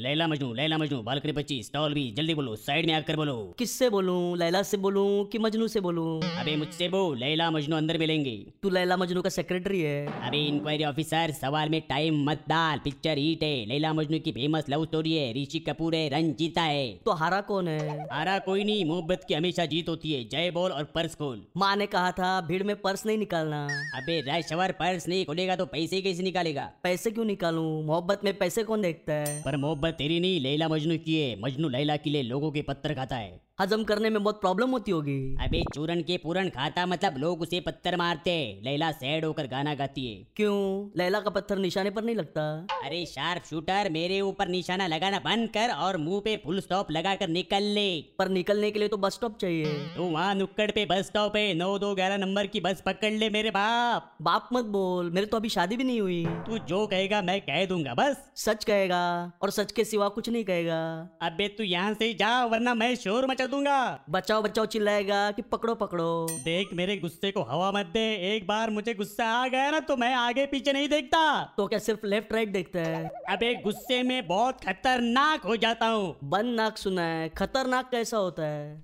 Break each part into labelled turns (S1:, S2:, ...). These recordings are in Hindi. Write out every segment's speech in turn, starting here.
S1: लैला मजनू लैला मजनू बालकनी पच्चीस स्टॉल भी जल्दी बोलो साइड में आकर बोलो
S2: किससे बोलूं लैला से बोलूं कि मजनू से बोलूं
S1: अबे मुझसे बोल लैला मजनू अंदर मिलेंगे
S2: तू लैला मजनू का सेक्रेटरी है
S1: अबे इंक्वायरी ऑफिसर सवाल में टाइम मत डाल पिक्चर हिट है लैला मजनू की फेमस लव स्टोरी है ऋषि कपूर है रंजीता है
S2: तो हारा कौन है
S1: हारा कोई नहीं मोहब्बत की हमेशा जीत होती है जय बोल और पर्स खोल
S2: माँ ने कहा था भीड़ में पर्स नहीं निकालना
S1: अबे राशवर पर्स नहीं खोलेगा तो पैसे कैसे निकालेगा
S2: पैसे क्यों निकालूं मोहब्बत में पैसे कौन देखता है
S1: पर मोहब्बत तेरी नहीं लैला मजनू की है मजनू लैला के लिए लोगों के पत्थर खाता है
S2: हजम करने में बहुत प्रॉब्लम होती होगी
S1: अबे चूरन के पूरन खाता मतलब लोग उसे पत्थर मारते हैं लैला सैड होकर गाना गाती है
S2: क्यों लैला का पत्थर निशाने पर नहीं लगता
S1: अरे शार्प शूटर मेरे ऊपर निशाना लगाना बंद कर और मुंह पे फुल स्टॉप लगाकर निकल ले
S2: पर निकलने के लिए तो बस स्टॉप चाहिए
S1: तो वहाँ नुक्कड़ पे बस स्टॉप है नौ दो ग्यारह नंबर की बस पकड़ ले मेरे बाप
S2: बाप मत बोल मेरे तो अभी शादी भी नहीं हुई
S1: तू जो कहेगा मैं कह दूंगा बस
S2: सच कहेगा और सच के सिवा कुछ नहीं कहेगा
S1: अबे तू यहाँ से जा वरना मैं शोर मचा दूंगा
S2: बचाओ बचाओ चिल्लाएगा कि पकड़ो पकड़ो
S1: देख मेरे गुस्से को हवा मत दे एक बार मुझे गुस्सा आ गया ना तो मैं आगे पीछे नहीं देखता
S2: तो क्या सिर्फ लेफ्ट राइट देखता है
S1: अबे गुस्से में बहुत खतरनाक हो जाता हूँ
S2: बंद नाक सुना है खतरनाक कैसा होता है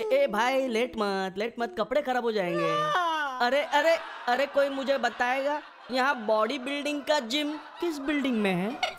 S2: ए, ए भाई लेट मत लेट मत कपड़े खराब हो जाएंगे अरे अरे अरे कोई मुझे बताएगा यहाँ बॉडी बिल्डिंग का जिम किस बिल्डिंग में है